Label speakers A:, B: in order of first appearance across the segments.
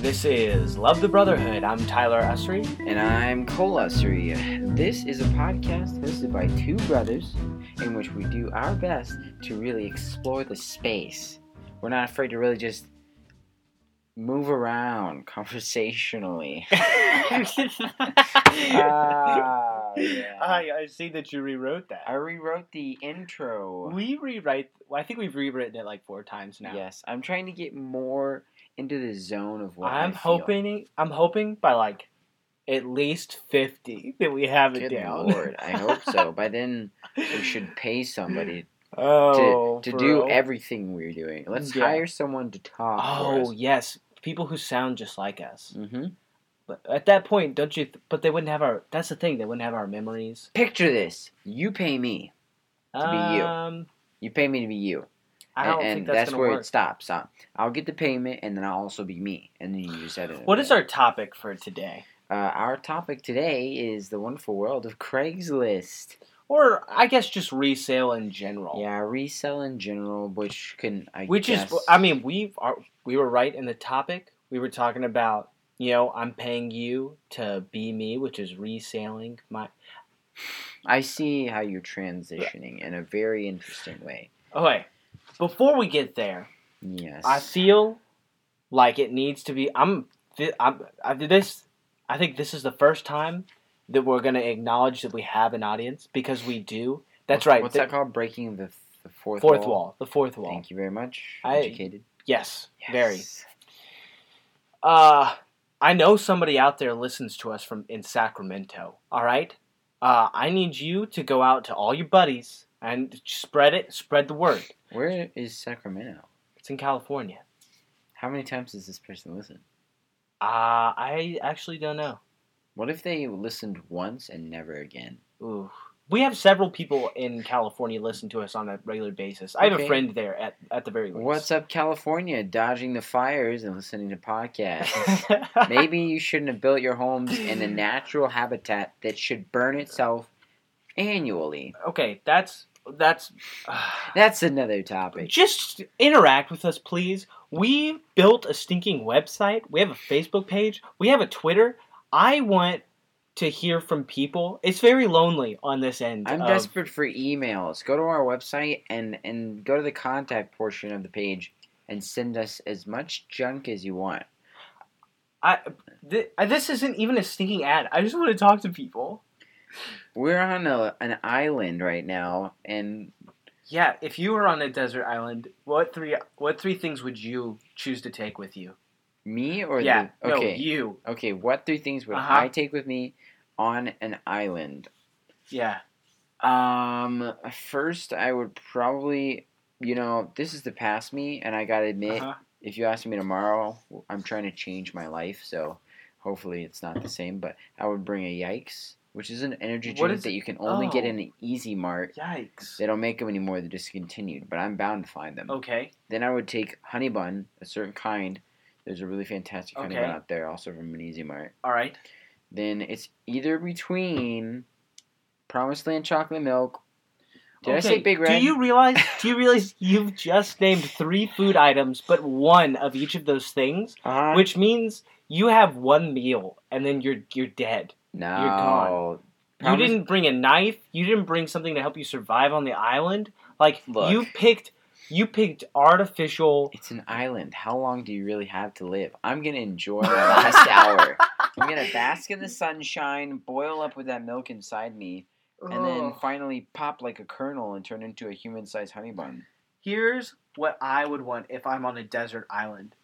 A: This is Love the Brotherhood. I'm Tyler Usry.
B: And I'm Cole Ussery. This is a podcast hosted by two brothers in which we do our best to really explore the space. We're not afraid to really just move around conversationally. Ah, Oh, yeah.
A: I, I see that you rewrote that.
B: I rewrote the intro.
A: we rewrite. Well, I think we've rewritten it like four times now.
B: Yes, I'm trying to get more into the zone of what
A: I'm
B: I feel.
A: hoping. I'm hoping by like at least fifty that we have it
B: Good
A: down.
B: lord, I hope so. By then, we should pay somebody
A: oh,
B: to
A: bro.
B: do everything we're doing. Let's
A: Yeah.
B: hire someone to talk.
A: Oh yes, people who sound just like us.
B: Mm-hmm.
A: But at that point, don't you? Th- but they wouldn't have our. That's the thing. They wouldn't have our memories.
B: Picture this: you pay me, be you.
A: Um,
B: you pay me to be you,
A: I don't
B: and,
A: think
B: and
A: that's,
B: that's,
A: gonna
B: where
A: work.
B: it stops. Uh, I'll get the payment, and then I'll also be me, and then you just have it.
A: What is our topic for today?
B: Uh, our topic today is the wonderful world of Craigslist.
A: Or I guess just resale in general.
B: Yeah, resell in general, which can I
A: Which
B: guess,
A: is, I mean, we are we were right in the topic. We were talking about, you know, I'm paying you to be me, which is reselling my.
B: I see how you're transitioning in a very interesting way.
A: Okay, before we get there,
B: Yes,
A: I feel like it needs to be. I'm. thi- I'm. I did this. I think this is the first time that we're gonna acknowledge that we have an audience because we do. That's right.
B: What's
A: the
B: that called? Breaking the, the fourth
A: Fourth wall. The fourth wall.
B: Thank you very much.
A: I-
B: Educated.
A: Yes, Very.
B: Yes.
A: Uh, I know somebody out there listens to us from in Sacramento. All right, uh, I need you to go out to all your buddies and spread it, spread the word.
B: Where is Sacramento?
A: It's in California.
B: How many times does this person listen?
A: Uh, I actually don't know.
B: What if they listened once and never again?
A: Ooh. We have several people in California listen to us on a regular basis. I have a
B: Okay.
A: friend there at, at the very least.
B: What's up, California? Dodging the fires and listening to podcasts.
A: up?
B: Maybe you shouldn't have built your homes in a natural habitat that should burn itself annually.
A: okay, that's that's uh,
B: That's another topic.
A: just interact with us, please. We built a stinking website. We have a Facebook page. We have a Twitter. I want to hear from people. It's very lonely on this end.
B: I'm
A: of-
B: desperate for emails. Go to our website and, and go to the contact portion of the page and send us as much junk as you want.
A: I, th- uh, this isn't even a stinking ad. I just want to talk to people.
B: We're on a, an island right now, and
A: Yeah, if you were on a desert island, what three what three things would you choose to take with you?
B: me or
A: yeah,
B: the okay,
A: no, you.
B: okay. What three things would
A: Uh-huh.
B: I take with me on an island?
A: Yeah.
B: Um, first, I would probably, you know, this is the past me, and I gotta admit,
A: Uh-huh.
B: if you ask me tomorrow, I'm trying to change my life, so hopefully it's not the same. But I would bring a Yikes, which is an energy
A: What
B: drink
A: is-
B: that you can only get
A: oh.
B: in an Easy Mart.
A: Yikes.
B: They don't make them anymore; they're discontinued. But I'm bound to find them.
A: Okay.
B: Then I would take honey bun, a certain kind. There's a really fantastic honey
A: Okay.
B: bun out there, also from an Easy Mart.
A: All right.
B: Then it's either between Promised Land chocolate milk. Did I say
A: Okay,
B: Big Red?
A: Do you realize? Do you realize you've just named three food items, but one of each of those things,
B: Uh,
A: which means you have one meal and then you're you're dead.
B: no.
A: gone. You
B: Promise-
A: didn't bring a knife. You didn't bring something to help you survive on the island. Like
B: Look.
A: you picked, you picked artificial.
B: It's an island. How long do you really have to live? I'm gonna enjoy my last hour. I'm gonna bask in the sunshine, boil up with that milk inside me, and then finally pop like a kernel and turn into a human-sized honey bun.
A: here's what I would want if I'm on a desert island: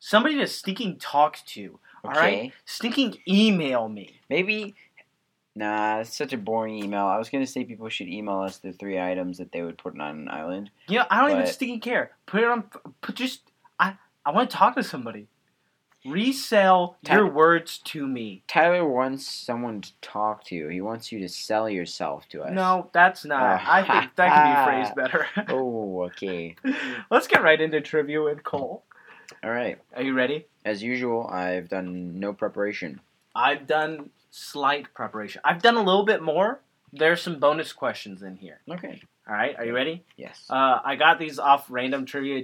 A: somebody to stinking talk to. All
B: Okay.
A: right, stinking email me.
B: Maybe. Nah, it's such a boring email. I was gonna say people should email us the three items that they would put on an island.
A: You know, I don't even
B: But-
A: stinking care. Put it on. Put just. I I want to talk to somebody. Resell
B: Ta-
A: your words to me.
B: Tyler wants someone to talk to. He wants you to sell yourself to us.
A: No, that's not.
B: Oh.
A: I think that can be phrased better.
B: Oh, okay.
A: Let's get right into trivia with Cole.
B: All right.
A: Are you ready?
B: As usual, I've done no preparation.
A: I've done slight preparation. I've done a little bit more. There's some bonus questions in here.
B: Okay.
A: All right, are you ready?
B: Yes.
A: Uh, I got these off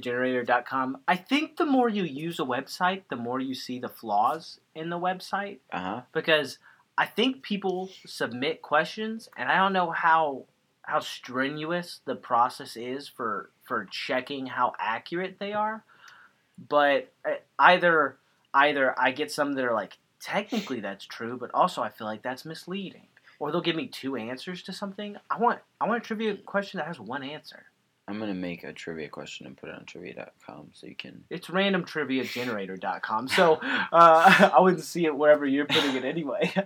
A: randomtriviagenerator.com. I think the more you use a website, the more you see the flaws in the website
B: Uh huh.
A: because I think people submit questions, and I don't know how how strenuous the process is for for checking how accurate they are. But uh, either either I get some that are like technically that's true, but also I feel like that's misleading, or they'll give me two answers to something. I want I want a trivia question that has one answer.
B: I'm gonna make a trivia question and put it on trivia.com so you can.
A: It's randomtriviagenerator.com, so uh, I wouldn't see it wherever you're putting it anyway.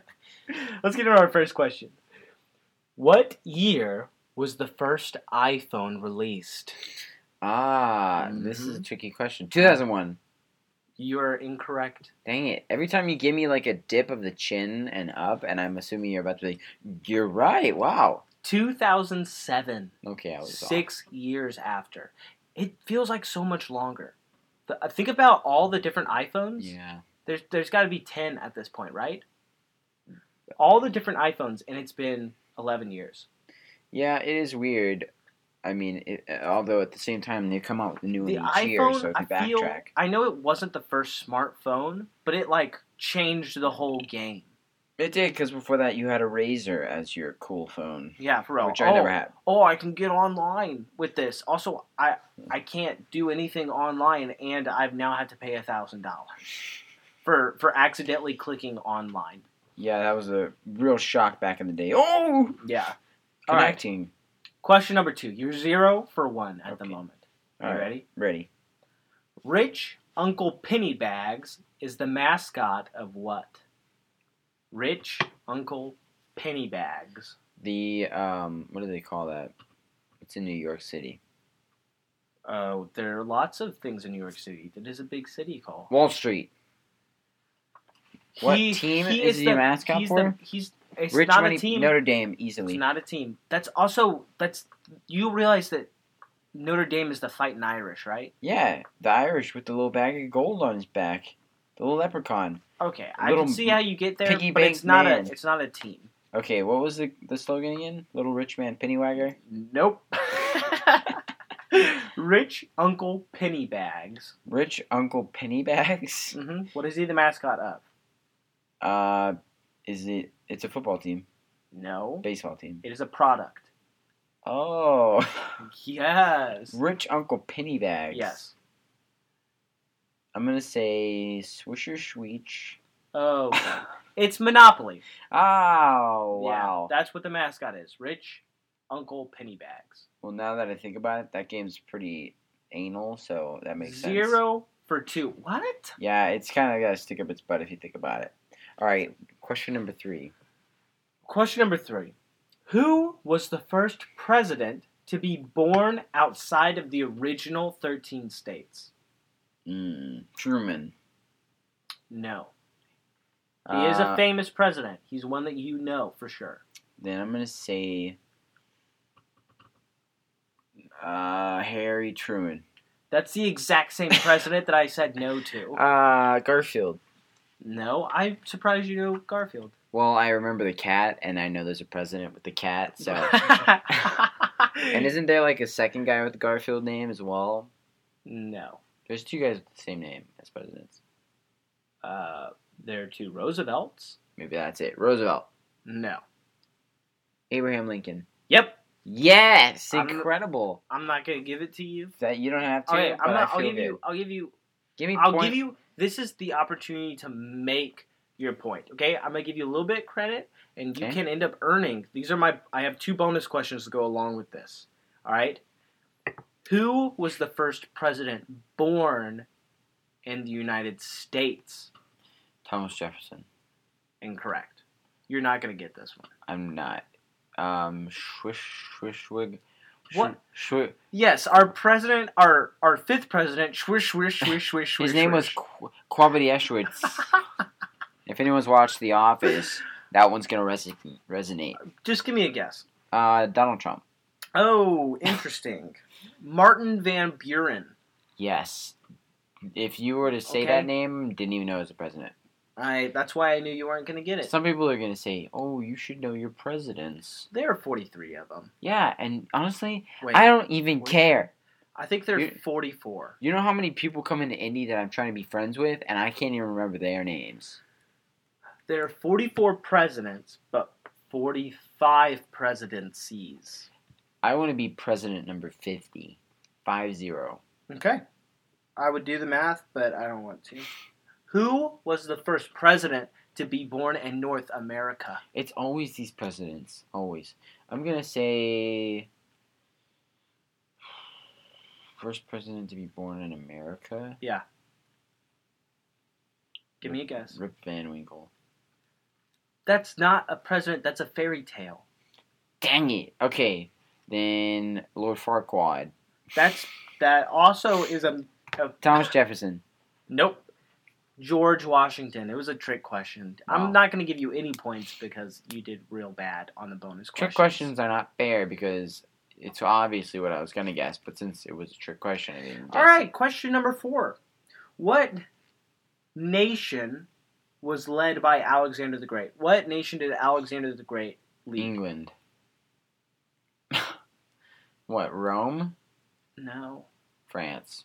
A: Let's get into our first question. What year was the first iPhone released?
B: Ah, this is a
A: Mhm.
B: tricky question. 2001.
A: You're incorrect.
B: Dang it! Every time you give me like a dip of the chin and up, and I'm assuming you're about to be. Like, you're right. Wow.
A: 2007,
B: Okay, I was off.
A: six years after. It feels like so much longer. The, uh, think about all the different iPhones.
B: Yeah.
A: There's there's got to be 10 at this point, right? All the different iPhones, and it's been 11 years.
B: Yeah, it is weird. I mean, it, although at the same time they come out with new
A: the
B: one each
A: iPhone,
B: year, so if you
A: I
B: backtrack,
A: feel, I know it wasn't the first smartphone, but it like changed the whole game.
B: it did because before that you had a razor as your cool phone,
A: Yeah, for real.
B: which
A: oh,
B: I never had.
A: oh, I can get online with this. Also, I I can't do anything online, and I've now had to pay a thousand dollars for for accidentally clicking online.
B: Yeah, that was a real shock back in the day. Oh,
A: Yeah. All right.
B: connecting.
A: Question number two. You're zero for one at the
B: Okay.
A: moment.
B: All
A: You
B: right,
A: ready?
B: ready.
A: Rich Uncle Pennybags is the mascot of what? Rich Uncle Pennybags.
B: The um, what do they call that? It's in New York City,
A: Oh, there are lots of things in New York City. That is a big city call.
B: Wall Street. What team is he a mascot
A: he's
B: for?
A: The, he's it's
B: Rich
A: not
B: money,
A: a team.
B: Notre Dame
A: it's
B: easily.
A: not a team. That's also that's you realize that Notre Dame is the fighting Irish, right?
B: yeah, the Irish with the little bag of gold on his back, the little leprechaun.
A: Okay, I
B: Little
A: can see how you get there,
B: piggy
A: but it's
B: bank
A: not
B: man.
A: a it's not a team.
B: Okay, what was the, the slogan again? Little Rich Man Pennywagger?
A: Nope. Rich Uncle Pennybags.
B: Rich Uncle Pennybags?
A: Mm-hmm. What is he the mascot of?
B: Uh, is it, it's a football team,
A: No,
B: baseball team.
A: it is a product.
B: Oh,
A: Yes.
B: Rich Uncle Pennybags.
A: Yes.
B: I'm gonna say Swisher Schweech.
A: Oh, it's Monopoly.
B: Oh,
A: Yeah,
B: wow.
A: that's what the mascot is. Rich Uncle Pennybags.
B: well, now that I think about it, that game's pretty anal, so that makes sense.
A: Zero for two. What?
B: Yeah, it's kind of got to stick up its butt if you think about it. All right, question number three.
A: Question number three. Who was the first president to be born outside of the original 13 states?
B: Mm, Truman.
A: No. He is a
B: Uh,
A: famous president. He's one that you know for sure.
B: Then I'm gonna say uh, Harry Truman.
A: That's the exact same president that I said no to.
B: Uh, Garfield.
A: No, I'm surprised you know Garfield.
B: Well, I remember the cat, and I know there's a president with the cat. So, and isn't there like a second guy with the Garfield name as well?
A: no.
B: There's two guys with the same name as presidents.
A: Uh, there are two Roosevelts.
B: Maybe that's it. Roosevelt,
A: No.
B: Abraham Lincoln.
A: Yep.
B: Yes,
A: I'm-
B: incredible.
A: I'm not gonna give it to you.
B: That you don't have to.
A: Okay, I'm
B: but
A: not,
B: I
A: I'll
B: feel
A: give
B: good.
A: you. I'll give you.
B: Give me.
A: I'll
B: point.
A: give you. This is the opportunity to make your point. Okay, I'm gonna give you a little bit of credit, and you
B: Okay.
A: can end up earning. These are my. I have two bonus questions to go along with this. All right. Who was the first president born in the United States?
B: Thomas Jefferson.
A: Incorrect. You're not gonna get this one.
B: I'm not. Um, swish, swish, wig.
A: What?
B: Shwi-
A: Yes, our president, our our fifth president, swish, swish, swish, swish, swish.
B: His name was
A: swish.
B: Qu- Quabity Eschwitz. if anyone's watched The Office, that one's gonna res- resonate.
A: Just give me a guess.
B: Uh, Donald Trump.
A: Oh, interesting. Martin Van Buren.
B: Yes. If you were to say
A: Okay.
B: that name, didn't even know he was a president.
A: I that's why I knew you weren't gonna get it.
B: Some people are gonna say, "Oh, you should know your presidents."
A: there are 43 of them.
B: Yeah, and honestly,
A: Wait,
B: I
A: I,
B: don't even
A: Wait.
B: care.
A: think there are
B: you-
A: 44.
B: You know how many people come into Indy that I'm trying to be friends with, and I can't even remember their names.
A: There are 44 presidents, but 45 presidencies.
B: I want to be president number 50. Five zero.
A: Okay. I would do the math, but I don't want to. Who was the first president to be born in North America?
B: It's always these presidents. Always. I'm gonna say first president to be born in America.
A: Give me a guess.
B: Rip Van Winkle.
A: That's not a president, that's a fairy tale.
B: Dang it. Okay. Then Lord Farquaad.
A: That's that also is a, a
B: Thomas Jefferson.
A: nope. George Washington. It was a trick question.
B: Wow.
A: I'm not going to give you any points because you did real bad on the bonus question.
B: Trick questions are not fair because it's obviously what I was gonna guess, but since it was a trick question, I didn't. Guess
A: All right, question number four. What nation was led by Alexander the Great? What nation did Alexander the Great lead?
B: England. what? Rome,
A: No,
B: France,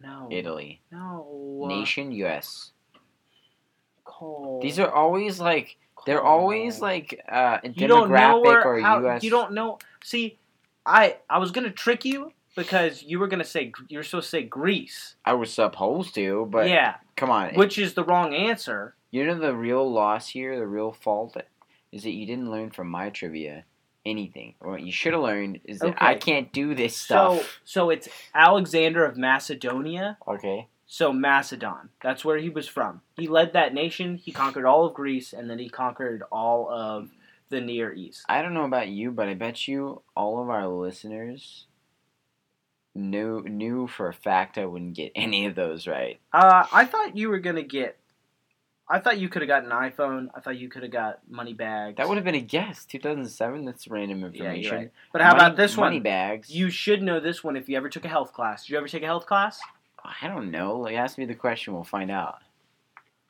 A: no,
B: Mm. Italy,
A: no.
B: nation, U.S.
A: Cole.
B: These are always like they're
A: Cole.
B: always like uh,
A: you don't know
B: demographic
A: where,
B: or
A: how,
B: U.S.
A: You don't know. See, I I was gonna trick you because you were gonna say you're supposed to say Greece.
B: I was supposed to, but
A: yeah,
B: come on.
A: which is the wrong answer.
B: you know the real loss here, the real fault is that you didn't learn from my trivia anything. What you should have learned is that I
A: Okay.
B: can't do this stuff.
A: So so it's Alexander of Macedonia.
B: okay.
A: So Macedon, that's where he was from. He led that nation. He conquered all of Greece, and then he conquered all of the Near East.
B: I don't know about you, but I bet you all of our listeners knew knew for a fact I wouldn't get any of those right.
A: Uh, I thought you were gonna get. I thought you could have got an iPhone. I thought you could have got money bags.
B: That would have been a guess. 2007. That's random
A: Yeah,
B: information.
A: you're right. But how
B: Money-
A: about this
B: Money
A: one?
B: bags.
A: You should know this one if you ever took a health class. Did you ever take a health class?
B: I don't know. Like, ask me the question. We'll find out.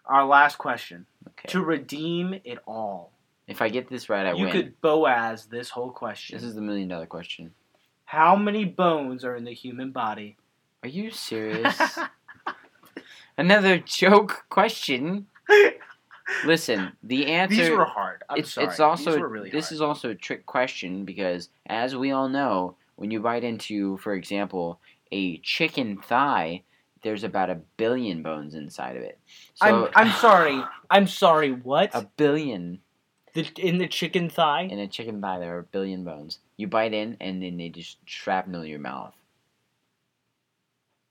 A: Our last question.
B: Okay.
A: To redeem it all,
B: if I get this right, I
A: you
B: win.
A: could Boaz this whole question.
B: This is the million dollar question.
A: how many bones are in the human body?
B: Are you serious? Another joke question. Listen, the answer.
A: These were hard. I'm
B: it's
A: sorry.
B: it's also
A: These were really
B: this
A: hard.
B: is also a trick question because as we all know, when you bite into, for example, a chicken thigh, there's about a billion bones inside of it. So
A: I'm, I'm sorry. I'm sorry. What?
B: a billion
A: the, in the chicken thigh?
B: in a chicken thigh, there are a billion bones. You bite in, and then they just shrapnel your mouth.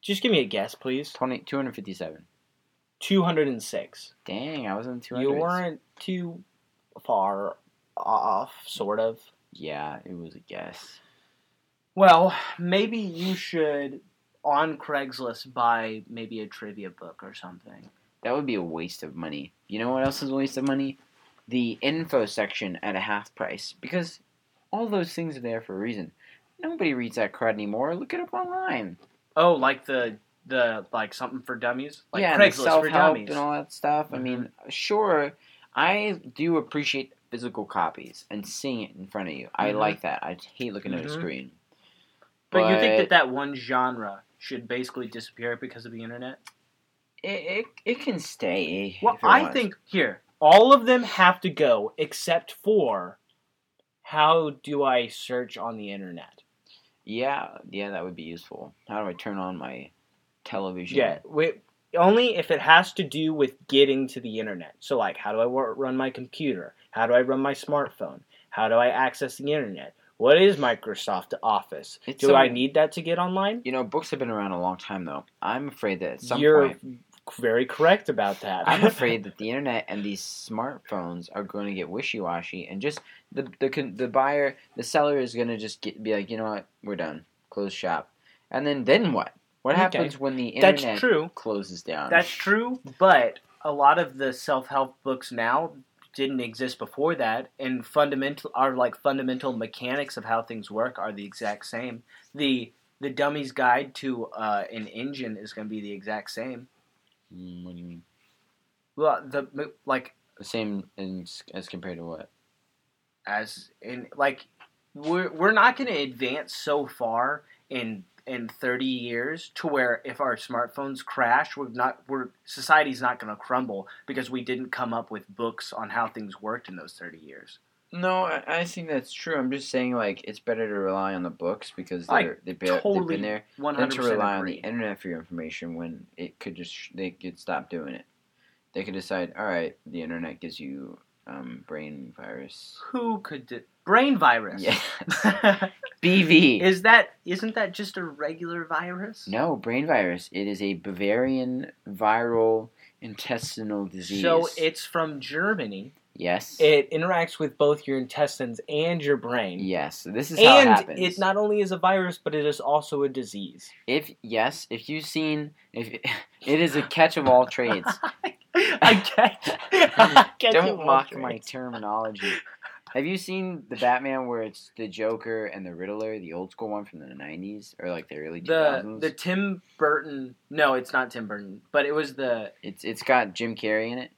A: Just give me a guess, please.
B: 20, 257.
A: 206.
B: Dang, I was in two
A: You
B: hundred.
A: weren't too far off, sort of.
B: Yeah, it was a guess.
A: Well, maybe you should on Craigslist buy maybe a trivia book or something.
B: That would be a waste of money. You know what else is a waste of money? The info section at a half price. Because all those things are there for a reason. Nobody reads that crud anymore. Look it up online.
A: Oh, like the the like something for dummies, like
B: yeah, and the
A: Craigslist
B: self
A: for
B: help
A: dummies. Mm-hmm.
B: and all that stuff. I mean, sure, I do appreciate physical copies and seeing it in front of you. I
A: Mhm.
B: like that. I hate looking at a
A: Mhm.
B: screen.
A: but, you think that that one genre should basically disappear because of the internet?
B: it, it, it can stay.
A: Well,
B: if it
A: I
B: wants.
A: think here all of them have to go except for how do I search on the internet?
B: Yeah, yeah, that would be useful. How do I turn on my television?
A: Yeah, we, only if it has to do with getting to the internet. So like, how do I wor- run my computer? How do I run my smartphone? How do I access the internet? What is Microsoft Office?
B: It's
A: do
B: a-
A: I need that to get online?
B: You know, books have been around a long time, though. I'm afraid that at some
A: You're
B: point,
A: very correct about that.
B: I'm afraid that the internet and these smartphones are going to get wishy-washy, and just the the con- the buyer, the seller is going to just get, be like, you know what, we're done, close shop, and then then what? What
A: Okay.
B: happens when the
A: That's
B: internet
A: true.
B: closes down?
A: That's true, but a lot of the self help books now didn't exist before that, and fundamental are like fundamental mechanics of how things work are the exact same. The the dummy's guide to uh, an engine is going to be the exact same.
B: Mm, what do you mean?
A: Well, the like
B: The same in, as compared to what?
A: as in like we're we're not going to advance so far in in 30 years to where if our smartphones crash we're not we're society's not going to crumble because we didn't come up with books on how things worked in those 30 years
B: No, I, I think that's true. I'm just saying, like, it's better to rely on the books because
A: I
B: they're, they ba- they've
A: totally
B: been there
A: 100%
B: than to rely on the
A: agree.
B: internet for your information when it could just, they could stop doing it. They could decide, all right, the internet gives you um, brain virus.
A: who could do brain virus
B: Yeah. BV.
A: is that isn't that just a regular virus
B: No, brain virus. It is a Bavarian viral intestinal disease.
A: so it's from germany
B: yes,
A: it interacts with both your intestines and your brain
B: yes. This is how it
A: and
B: happens.
A: it not only is a virus but it is also a disease
B: if yes, if you've seen, if it is a catch of all trades.
A: I get, I get you,
B: Don't mock
A: Walter.
B: my terminology. Have you seen the Batman where it's the Joker and the Riddler, the old school one from the '90s or like the early
A: the
B: 2000s?
A: the Tim Burton. No, it's not Tim Burton, but it was the
B: it's it's got Jim Carrey in it.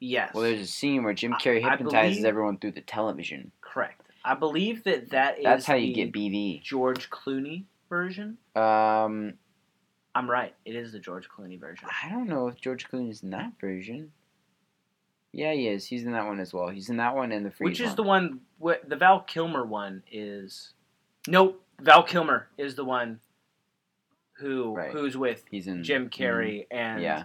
A: yes.
B: Well, there's a scene where Jim
A: I-
B: Carrey
A: I
B: hypnotizes
A: believe-
B: everyone through the television.
A: correct. I believe that that is
B: That's how you
A: the
B: get BV.
A: George Clooney version.
B: Um,
A: I'm right. It is the George Clooney version.
B: I don't know if George Clooney is in that version. Yeah, he is. He's in that one as well. He's in that one and the free.
A: Which is the one? wh- The Val Kilmer one is. Nope. Val Kilmer is the one who
B: Right.
A: who's with
B: He's in
A: Jim
B: Mhm.
A: Carrey and
B: Yeah,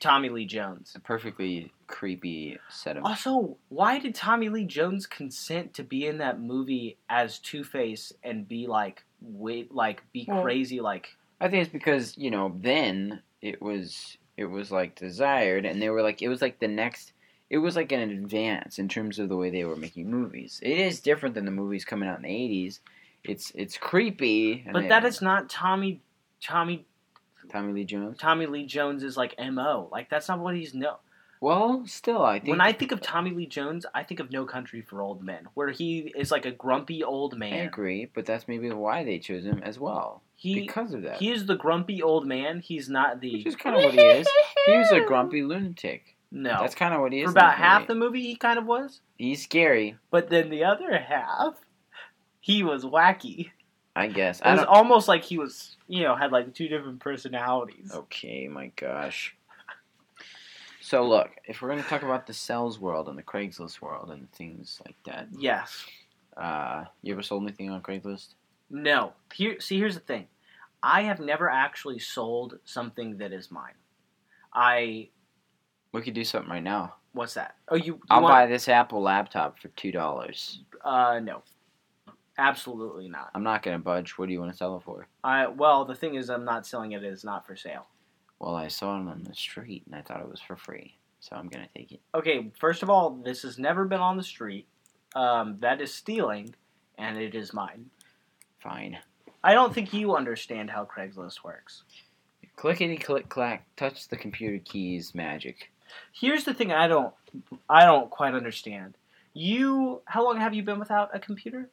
A: Tommy Lee Jones.
B: it's a perfectly creepy setup.
A: Also, why did Tommy Lee Jones consent to be in that movie as Two Face and be like, wait, like be
B: Well-
A: crazy, like
B: I think it's because you know then it was it was like desired, and they were like it was like the next. It was like an advance in terms of the way they were making movies. It is different than the movies coming out in the eighties. It's it's creepy. and
A: but
B: they-
A: that is not Tommy, Tommy,
B: Tommy Lee Jones.
A: Tommy Lee Jones is like mo, like that's not what he's no.
B: Well, still, I think
A: When I think of Tommy Lee Jones, I think of No Country for Old Men, where he is like a grumpy old
B: I
A: man.
B: agree, but that's maybe why they chose him as well
A: He
B: because of that.
A: he is the grumpy old man. He's not the
B: Which is kind of what he is. He was a grumpy lunatic.
A: no.
B: That's kind of what he is.
A: for
B: in that
A: about half
B: movie.
A: the movie, he kind of was,
B: He's scary,
A: but then the other half, he was wacky.
B: I guess.
A: It
B: I
A: was
B: don't.
A: almost like he was, you know, had like two different personalities.
B: Okay, my gosh. So look, if we're gonna talk about the sales world and the Craigslist world and things like that,
A: Yes.
B: uh, you ever sold anything on Craigslist?
A: No. Here, see, here's the thing. I have never actually sold something that is mine. I.
B: We could do something right now.
A: What's that? Oh, you. you
B: I'll buy
A: want,
B: this Apple laptop for two dollars.
A: Uh, no. Absolutely not.
B: I'm not gonna budge. What do you want to sell it for?
A: I. Well, the thing is, I'm not selling it. It's not for sale.
B: Well, I saw it on the street and I thought it was for free, so I'm gonna take it.
A: Okay. First of all, this has never been on the street. Um, that is stealing, and it is mine.
B: Fine.
A: I don't think you understand how Craigslist works.
B: Clickety click clack, touch the computer keys, magic.
A: Here's the thing I don't I don't quite understand. You how long have you been without a computer?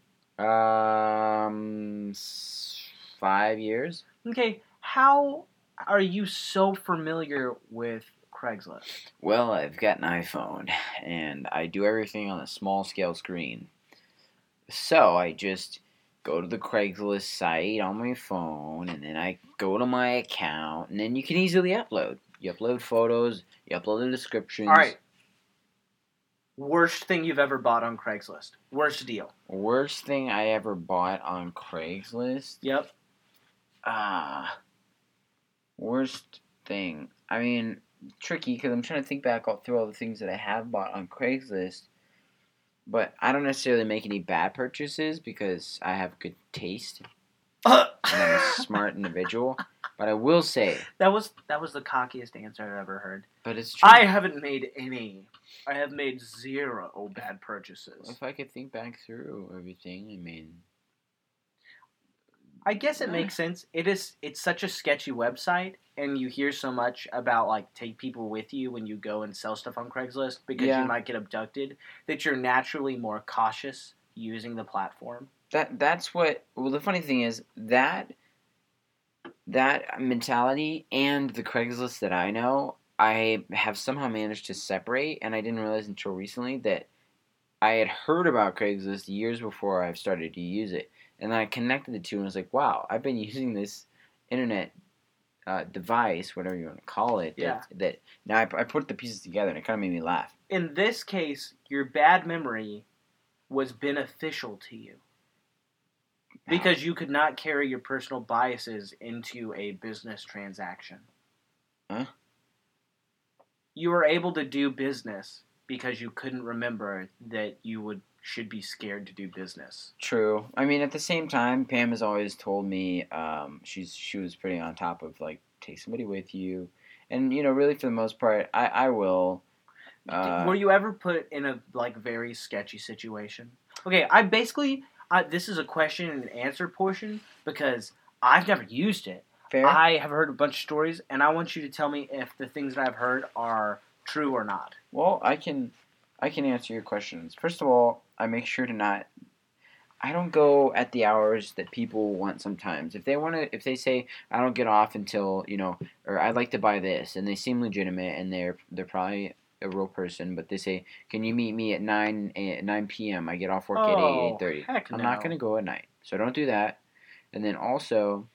B: Um, s- five years.
A: Okay, how are you so familiar with Craigslist?
B: Well, I've got an iPhone, and I do everything on a small scale screen. So I just go to the Craigslist site on my phone, and then I go to my account, and then you can easily upload. You upload photos, you upload the descriptions.
A: All right. Worst thing you've ever bought on Craigslist. Worst deal.
B: Worst thing I ever bought on Craigslist.
A: Yep.
B: Ah, worst thing. I mean, tricky because I'm trying to think back all through all the things that I have bought on Craigslist, but I don't necessarily make any bad purchases because I have good taste and I'm a smart individual. But I will say,
A: that was that was the cockiest answer I've ever heard.
B: but it's true.
A: I haven't made any. I have made zero bad purchases.
B: if I could think back through everything, I mean,
A: I guess it makes sense. It is it's such a sketchy website and you hear so much about like take people with you when you go and sell stuff on Craigslist because
B: Yeah.
A: you might get abducted that you're naturally more cautious using the platform.
B: that that's what well the funny thing is that that mentality and the craigslist that i know I have somehow managed to separate, and I didn't realize until recently that I had heard about Craigslist years before I started to use it. And then I connected the two and was like, wow, I've been using this internet uh, device, whatever you want to call it, that,
A: Yeah.
B: that now I, I put the pieces together and it kind of made me laugh.
A: In this case, your bad memory was beneficial to you because you could not carry your personal biases into a business transaction.
B: Huh?
A: You were able to do business because you couldn't remember that you would should be scared to do business.
B: True. I mean, at the same time, Pam has always told me um, she's she was pretty on top of like take somebody with you, and you know, really for the most part, I I will. Uh,
A: Were you ever put in a like very sketchy situation? Okay, I basically I, this is a question and answer portion because I've never used it.
B: fair.
A: I have heard a bunch of stories, and I want you to tell me if the things that I've heard are true or not.
B: well, I can I can answer your questions. First of all, I make sure to not. I don't go at the hours that people want sometimes. If they want to, if they say I don't get off until you know, or I'd like to buy this, and they seem legitimate, and they're they're probably a real person, but they say, "Can you meet me at nine a- nine p.m.? I get off work at eight eight thirty.
A: Oh, heck
B: I'm not
A: no.
B: gonna go at night, so don't do that. And then also,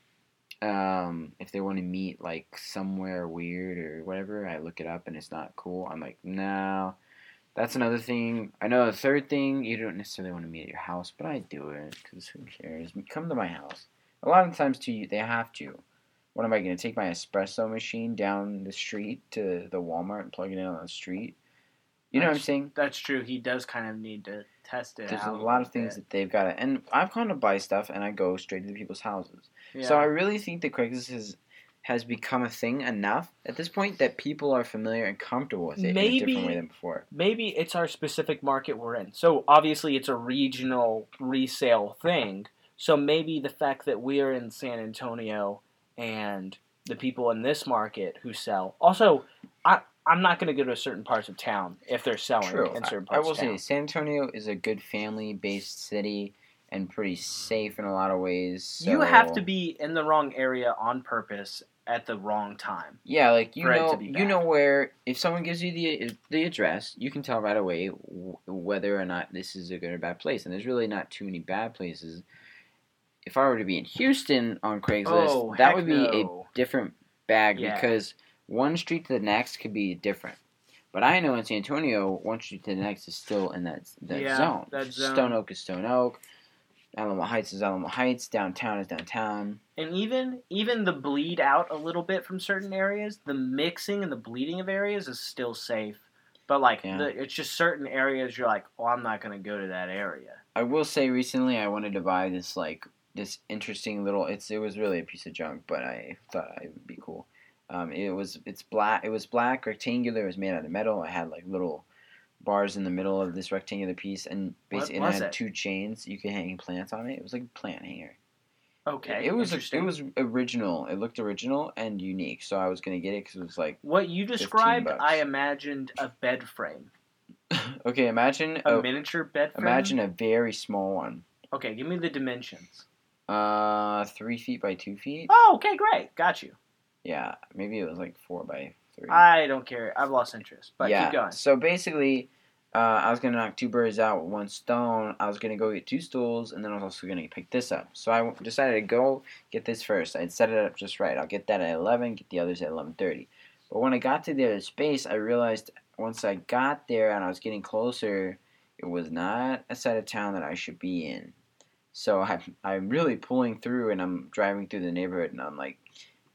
B: um, if they want to meet like somewhere weird or whatever, I look it up and it's not cool. I'm like, no, that's another thing. I know the third thing you don't necessarily want to meet at your house, but I do it because who cares? Come to my house. A lot of times too, you- they have to. What am I gonna take my espresso machine down the street to the Walmart and plug it in on the street? You know what I'm
A: That's-
B: saying?
A: That's true. He does kind of need to test it.
B: There's a
A: out
B: lot of
A: little
B: things
A: bit.
B: that they've got, to, and I've gone to buy stuff, and I go straight to the people's houses.
A: Yeah.
B: So I really think that Craigslist has has become a thing enough at this point that people are familiar and comfortable with it in a different
A: Maybe-
B: way than before.
A: maybe it's our specific market we're in. So obviously, it's a regional resale thing. So maybe the fact that we are in San Antonio and the people in this market who sell. Also, I I'm not going to go to certain parts of town if they're selling
B: True.
A: in certain
B: I, I
A: parts
B: will
A: of town.
B: say San Antonio is a good family-based city and pretty safe in a lot of ways.
A: You have to
B: so-
A: be in the wrong area on purpose at the wrong time.
B: Yeah, like you
A: for it to
B: know,
A: be
B: you
A: bad.
B: know where if someone gives you the the address, you can tell right away w- whether or not this is a good or bad place. And there's really not too many bad places. If I were to be in Houston on Craigslist,
A: Oh,
B: that
A: heck
B: would be
A: no.
B: a different bag
A: Yeah.
B: because one street to the next could be different. But I know in San Antonio, one street to the next is still in that that
A: Yeah,
B: zone.
A: that zone.
B: Stone Oak is Stone Oak. Alamo Heights is Alamo Heights. Downtown is downtown.
A: and even even the bleed out a little bit from certain areas the mixing and the bleeding of areas is still safe but like
B: Yeah.
A: the, it's just certain areas you're like oh i'm not going to go to that area
B: I will say recently I wanted to buy this like this interesting little it's it was really a piece of junk, but I thought it would be cool. Um, it was it's black it was black rectangular, it was made out of metal. It had like little bars in the middle of this rectangular piece and
A: What
B: basically
A: was
B: it had
A: it?
B: two chains you could hang plants on it. It was like a plant hanger.
A: okay
B: it was
A: interesting.
B: it was original. It looked original and unique, so I was going to get it cuz it was like
A: what you described
B: bucks.
A: i imagined a bed frame
B: okay, imagine
A: a
B: a,
A: miniature bed frame
B: Oh, imagine a very small one.
A: okay give me the dimensions
B: Uh 3 feet by 2 feet.
A: oh okay great got you
B: Yeah, maybe it was like four by three.
A: i don't care i've lost interest but
B: yeah.
A: keep going
B: So basically, uh, I was gonna knock two birds out with one stone. I was gonna go get two stools, and then I was also gonna pick this up. So I w- decided to go get this first. I'd set it up just right. I'll get that at eleven. Get the others at eleven thirty. But when I got to the other space, I realized once I got there and I was getting closer, it was not a side of town that I should be in. So I'm, I'm really pulling through and I'm driving through the neighborhood and I'm like,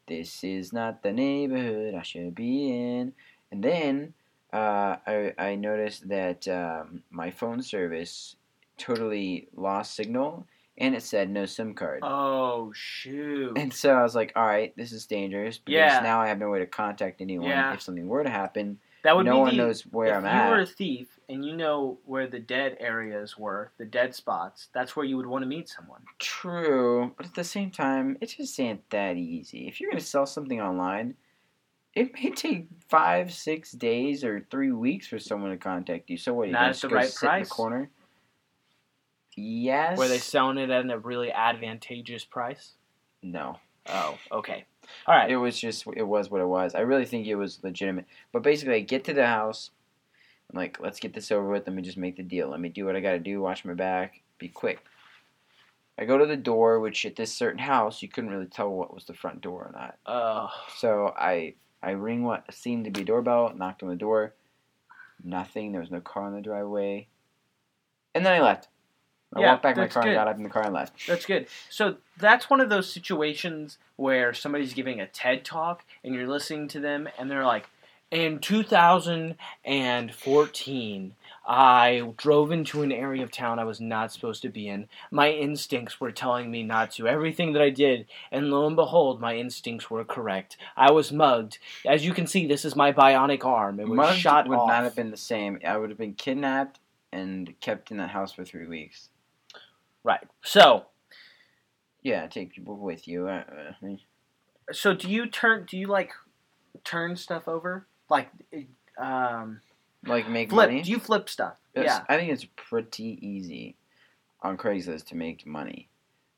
B: this is not the neighborhood I should be in. And then uh, I, I noticed that um, my phone service totally lost signal and it said no SIM card.
A: oh shoot
B: And so I was like, all right, this is dangerous because
A: Yeah.
B: now I have no way to contact anyone
A: Yeah.
B: if something were to happen.
A: that would
B: no
A: be
B: one
A: the,
B: knows where
A: if
B: I'm
A: you
B: at.
A: were a thief and you know where the dead areas were, the dead spots, that's where you would want to meet someone.
B: True, but at the same time, it just ain't that easy. If you're gonna sell something online, it may take five, six days, or three weeks for someone to contact you. So what? You
A: Not
B: gonna
A: at
B: just
A: the
B: go
A: right
B: sit in the
A: price.
B: corner. Yes.
A: Were they selling it at a really advantageous price?
B: No.
A: Oh, okay. All right.
B: It was just it was what it was. I really think it was legitimate. But basically, I get to the house. I'm like, let's get this over with. Let me just make the deal. Let me do what I gotta do. Watch my back. Be quick. I go to the door, which at this certain house you couldn't really tell what was the front door or not.
A: Uh,
B: So I I ring what seemed to be doorbell. Knocked on the door. Nothing. There was no car in the driveway. And then I left. I
A: Yeah,
B: walked back in my
A: that's
B: car and
A: good.
B: got up in the car and left.
A: that's good. So that's one of those situations where somebody's giving a TED talk and you're listening to them and they're like, in 2014, I drove into an area of town I was not supposed to be in. My instincts were telling me not to. Everything that I did, and lo and behold, my instincts were correct. I was mugged. As you can see, this is my bionic arm. It was
B: Mugged
A: shot
B: would
A: off.
B: not have been the same. I would have been kidnapped and kept in that house for three weeks.
A: Right. So,
B: Yeah, take people with you. Uh, uh,
A: so do you turn do you like turn stuff over like um
B: like make
A: flip
B: money.
A: do you flip stuff
B: It's-
A: yeah
B: I think it's pretty easy on Craigslist to make money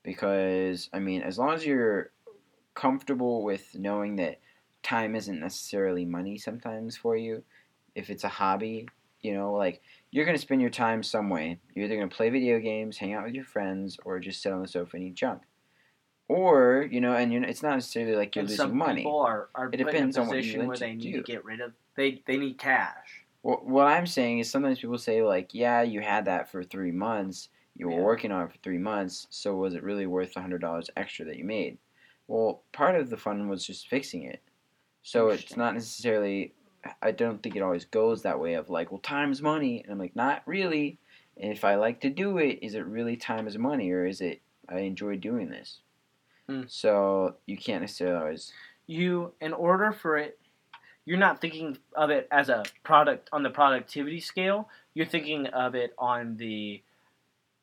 B: because I mean, as long as you're comfortable with knowing that time isn't necessarily money sometimes for you, if it's a hobby, you know, like you're gonna spend your time some way. You're either gonna play video games, hang out with your friends, or just sit on the sofa and eat junk. Or you know, and you're, it's not necessarily like you're
A: and
B: losing
A: some
B: money.
A: people are, are
B: It
A: put in a
B: depends on what you
A: position
B: want
A: where
B: to
A: they need
B: do.
A: to get rid of they they need cash
B: Well, what I'm saying is sometimes people say like, "Yeah, you had that for three months. You were
A: Yeah.
B: working on it for three months. So was it really worth the hundred dollars extra that you made?" Well, part of the fun was just fixing it. So it's
A: Interesting.
B: not necessarily. I don't think it always goes that way of like, "Well, time's money," and I'm like, "Not really." If I like to do it, is it really time is money, or is it I enjoy doing this?
A: Hmm.
B: So you can't necessarily always.
A: you in order for it you're not thinking of it as a product on the productivity scale you're thinking of it on the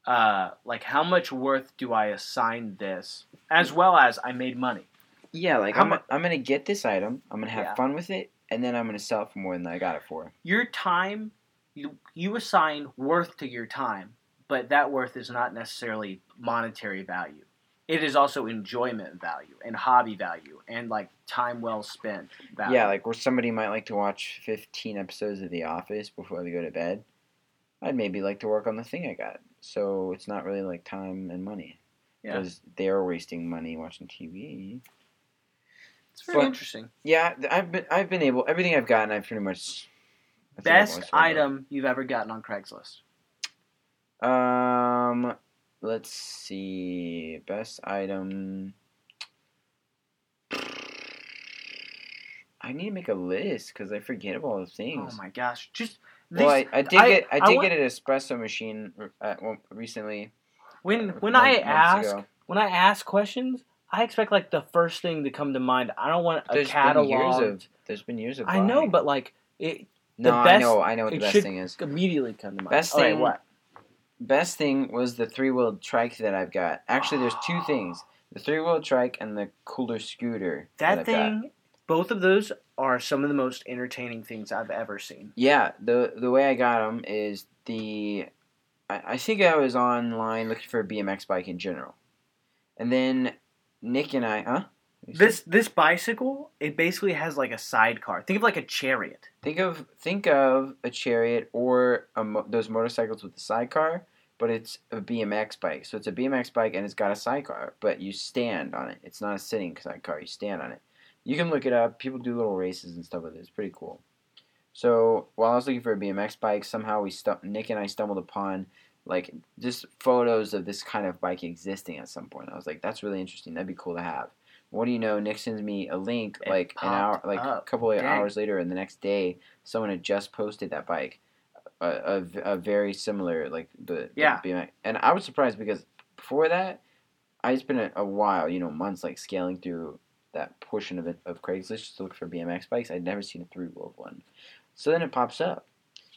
A: uh like how much worth do i assign this as well as i made money
B: Yeah, like
A: How
B: I'm,
A: mu-
B: I'm gonna get this item. I'm gonna have
A: Yeah.
B: fun with it, and then I'm gonna sell it for more than I got it for.
A: your time you you assign worth to your time but that worth is not necessarily monetary value it is also enjoyment value and hobby value and like time well spent value.
B: Yeah, like where somebody might like to watch 15 episodes of The Office before they go to bed. I'd maybe like to work on the thing I got. So it's not really like time and money.
A: Yeah.
B: Because they're wasting money watching TV.
A: it's very
B: but-
A: interesting
B: Yeah, th- I've been I've been able everything I've gotten I've pretty much I think I've
A: best
B: almost sold it.
A: item you've ever gotten on craigslist
B: Um let's see. Best item I need to make a list because I forget about all the things.
A: oh my gosh just this,
B: Well, I, I did
A: I-
B: get I
A: I
B: did
A: want-
B: get an espresso machine uh, well, recently.
A: when
B: uh,
A: when
B: month-
A: i
B: months
A: ask
B: ago.
A: when i ask questions i expect like the first thing to come to mind i don't want a
B: There's been
A: catalog
B: years of there's been years of.
A: i know
B: buying.
A: but like it
B: no,
A: the
B: I
A: best-
B: know I know what the
A: it
B: best
A: should
B: thing is.
A: immediately come to mind
B: Best
A: All right,
B: thing-
A: what
B: Best thing was the three wheeled trike that I've got. Actually, there's two things: the three wheeled trike and the cooler scooter.
A: That
B: I've got.
A: thing, both of those are some of the most entertaining things I've ever seen.
B: Yeah, the the way I got them is the, I, I think I was online looking for a BMX bike in general, and then Nick and I, huh?
A: This this bicycle, it basically has like a sidecar. Think of like a chariot.
B: Think of think of a chariot or a mo- those motorcycles with the sidecar, but it's a BMX bike. So it's a BMX bike and it's got a sidecar, but you stand on it. It's not a sitting sidecar. You stand on it. You can look it up. People do little races and stuff with it. It's pretty cool. So while I was looking for a BMX bike, somehow we stu- Nick and I stumbled upon like just photos of this kind of bike existing at some point. I was like, that's really interesting. That'd be cool to have. What do you know? Nick sends me a link
A: It
B: like an hour,
A: popped
B: like a
A: up.
B: couple of
A: Dang.
B: hours later, and the next day, someone had just posted that bike, a, a, a very similar like the the
A: Yeah.
B: BMX. And I was surprised because before that, I spent a, a while, you know, months like scaling through that portion of it of Craigslist just to look for BMX bikes. I'd never seen a three wheeled one. So then it pops up.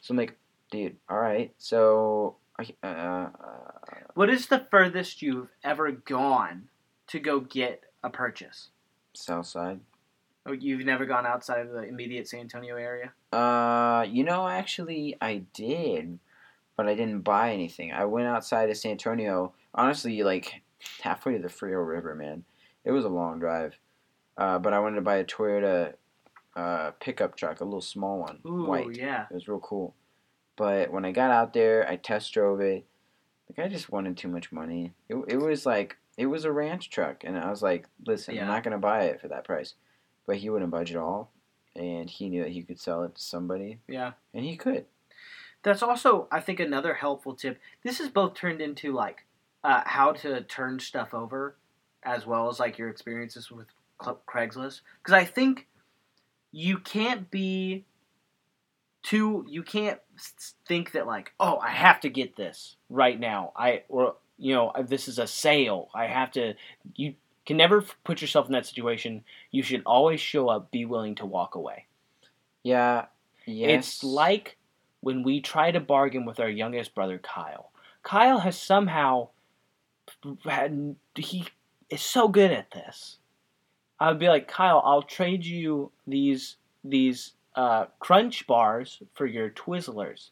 B: So I'm like, dude, all right. So I, uh, uh,
A: What is the furthest you've ever gone to go get a purchase?
B: south side.
A: Oh, You've never gone outside of the immediate San Antonio area?
B: Uh, you know, actually, I did, but I didn't buy anything. I went outside of San Antonio, honestly, like halfway to the Frio River, man. It was a long drive, uh, but I wanted to buy a Toyota uh, pickup truck, a little small one,
A: Ooh,
B: white.
A: yeah.
B: It was real cool. But when I got out there, I test drove it. Like I just wanted too much money. It, it was like it was a ranch truck, and I was like, listen,
A: Yeah.
B: I'm not gonna buy it for that price. But he wouldn't budge at all, and he knew that he could sell it to somebody,
A: Yeah.
B: and he could.
A: That's also, I think, another helpful tip. This is both turned into like uh, how to turn stuff over, as well as like your experiences with Cl- Craigslist. Because I think you can't be too. You can't s- think that like, oh, I have to get this right now. I or you know, this is a sale. I have to. You can never f- put yourself in that situation. You should always show up, be willing to walk away.
B: Yeah. Yes.
A: It's like when we try to bargain with our youngest brother, Kyle. Kyle has somehow had, he is so good at this. I would be like, Kyle, I'll trade you these these uh, crunch bars for your Twizzlers.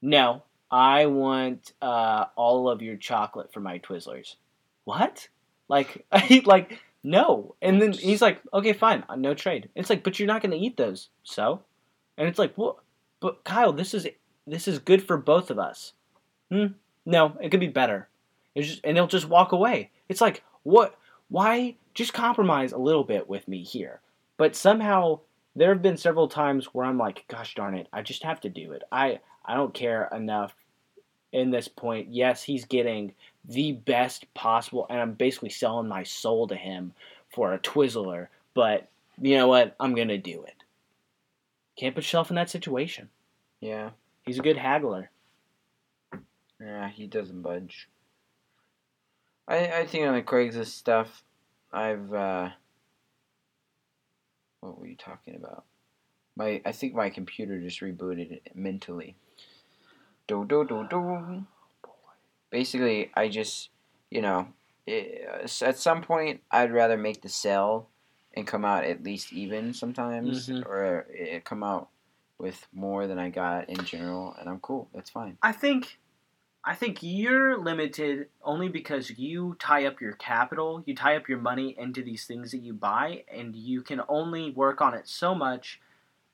A: No, I want uh, all of your chocolate for my Twizzlers. What? Like, like no. And then he's like, okay, fine, uh, no trade. It's like, but you're not going to eat those, so. And it's like, well, but Kyle, this is this is good for both of us. Hmm? No, it could be better. It's just, and they'll just walk away. It's like, what? Why? Just compromise a little bit with me here. But somehow there have been several times where I'm like, gosh darn it, I just have to do it. I I don't care enough in this point. Yes, he's getting the best possible, and I'm basically selling my soul to him for a Twizzler. But you know what? I'm gonna do it. Can't put yourself in that situation.
B: Yeah.
A: He's a good haggler.
B: Yeah. He doesn't budge. I I think on the Craigslist stuff, I've. uh What were you talking about? My I think my computer just rebooted it mentally. Do do do do. Basically, I just you know, it, uh, at some point, I'd rather make the sell and come out at least even sometimes,
A: Mhm.
B: or uh come out with more than I got in general, and I'm cool. That's fine.
A: I think I think you're limited only because you tie up your capital, you tie up your money into these things that you buy and you can only work on it so much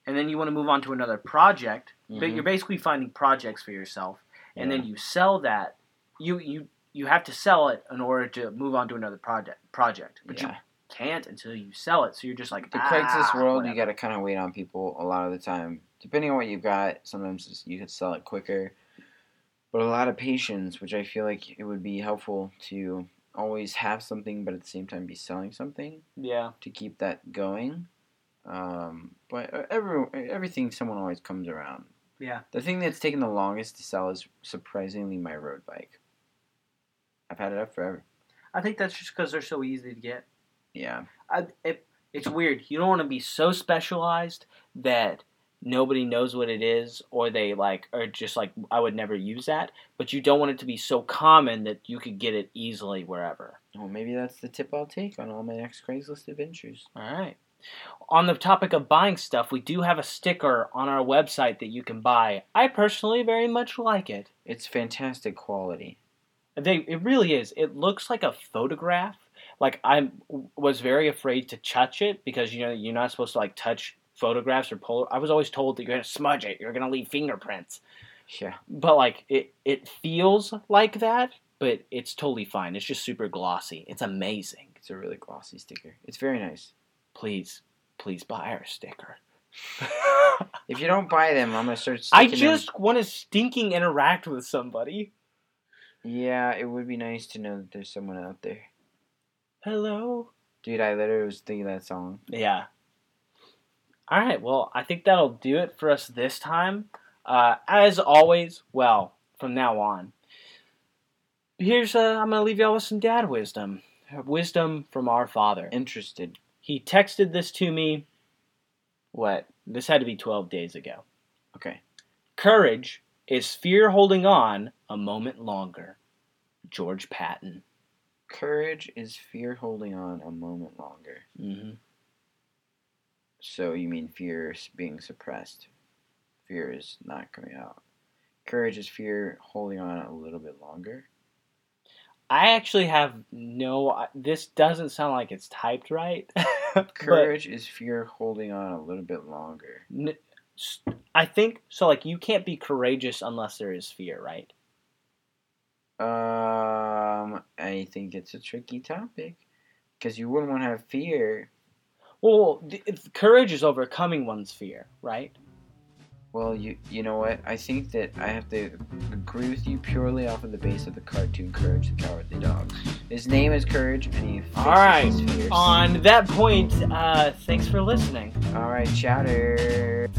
A: and then you want to move on to another project. But
B: Mhm.
A: you're basically finding projects for yourself and
B: Yeah.
A: then you sell that. You you you have to sell it in order to move on to another project project. But you
B: Mm-hmm. yeah.
A: can't until you sell it. So you're just like
B: the
A: ah,
B: Craigslist world,
A: whatever."
B: you got to kind of wait on people a lot of the time. Depending on what you've got, sometimes it's- you can sell it quicker, but a lot of patience, which I feel like it would be helpful to always have something, but at the same time be selling something
A: Yeah.
B: to keep that going. Um, but every everything, someone always comes around.
A: Yeah.
B: The thing that's taken the longest to sell is surprisingly my road bike. I've had it up forever.
A: I think that's just because they're so easy to get.
B: Yeah.
A: I, it, it's weird. You don't want to be so specialized that nobody knows what it is, or they like are just like I would never use that. But you don't want it to be so common that you could get it easily wherever.
B: Well, maybe that's the tip I'll take on all my next Craigslist adventures.
A: All right. On the topic of buying stuff, we do have a sticker on our website that you can buy. I personally very much like it.
B: It's fantastic quality.
A: They it really is. It looks like a photograph. Like I was very afraid to touch it because you know you're not supposed to like touch photographs or polar. I was always told that you're gonna smudge it. You're gonna leave fingerprints.
B: Yeah.
A: But like it it feels like that, but it's totally fine. It's just super glossy. It's amazing.
B: It's a really glossy sticker. It's very nice.
A: Please, please buy our sticker.
B: If you don't buy them, I'm gonna start.
A: I
B: sticking them-
A: just want to stinking interact with somebody.
B: Yeah, it would be nice to know that there's someone out there.
A: Hello.
B: Dude, I literally was thinking that song.
A: Yeah. All right. Well, I think that'll do it for us this time. Uh, as always, well, from now on, here's uh, I'm gonna leave y'all with some dad wisdom, wisdom from our father. And
B: Interested.
A: he texted this to me. What? This had to be 12 days ago.
B: Okay.
A: Courage is fear holding on a moment longer. George Patton.
B: Courage is fear holding on a moment longer.
A: hmm
B: So you mean fear is being suppressed? Fear is not coming out. Courage is fear holding on a little bit longer.
A: I actually have no. This doesn't sound like it's typed right. but
B: Courage is fear holding on a little bit longer.
A: n- s- I think so. Like you can't be courageous unless there is fear, right?
B: Um, I think it's a tricky topic because you wouldn't want to have fear.
A: Well, th- if- courage is overcoming one's fear, right?
B: Well, you you know what? I think that I have to agree with you purely off of the base of the cartoon Courage the Cowardly Dog. His name is Courage, and he faces
A: All right,
B: his fears.
A: On that point, uh, thanks for listening.
B: All right, chatter.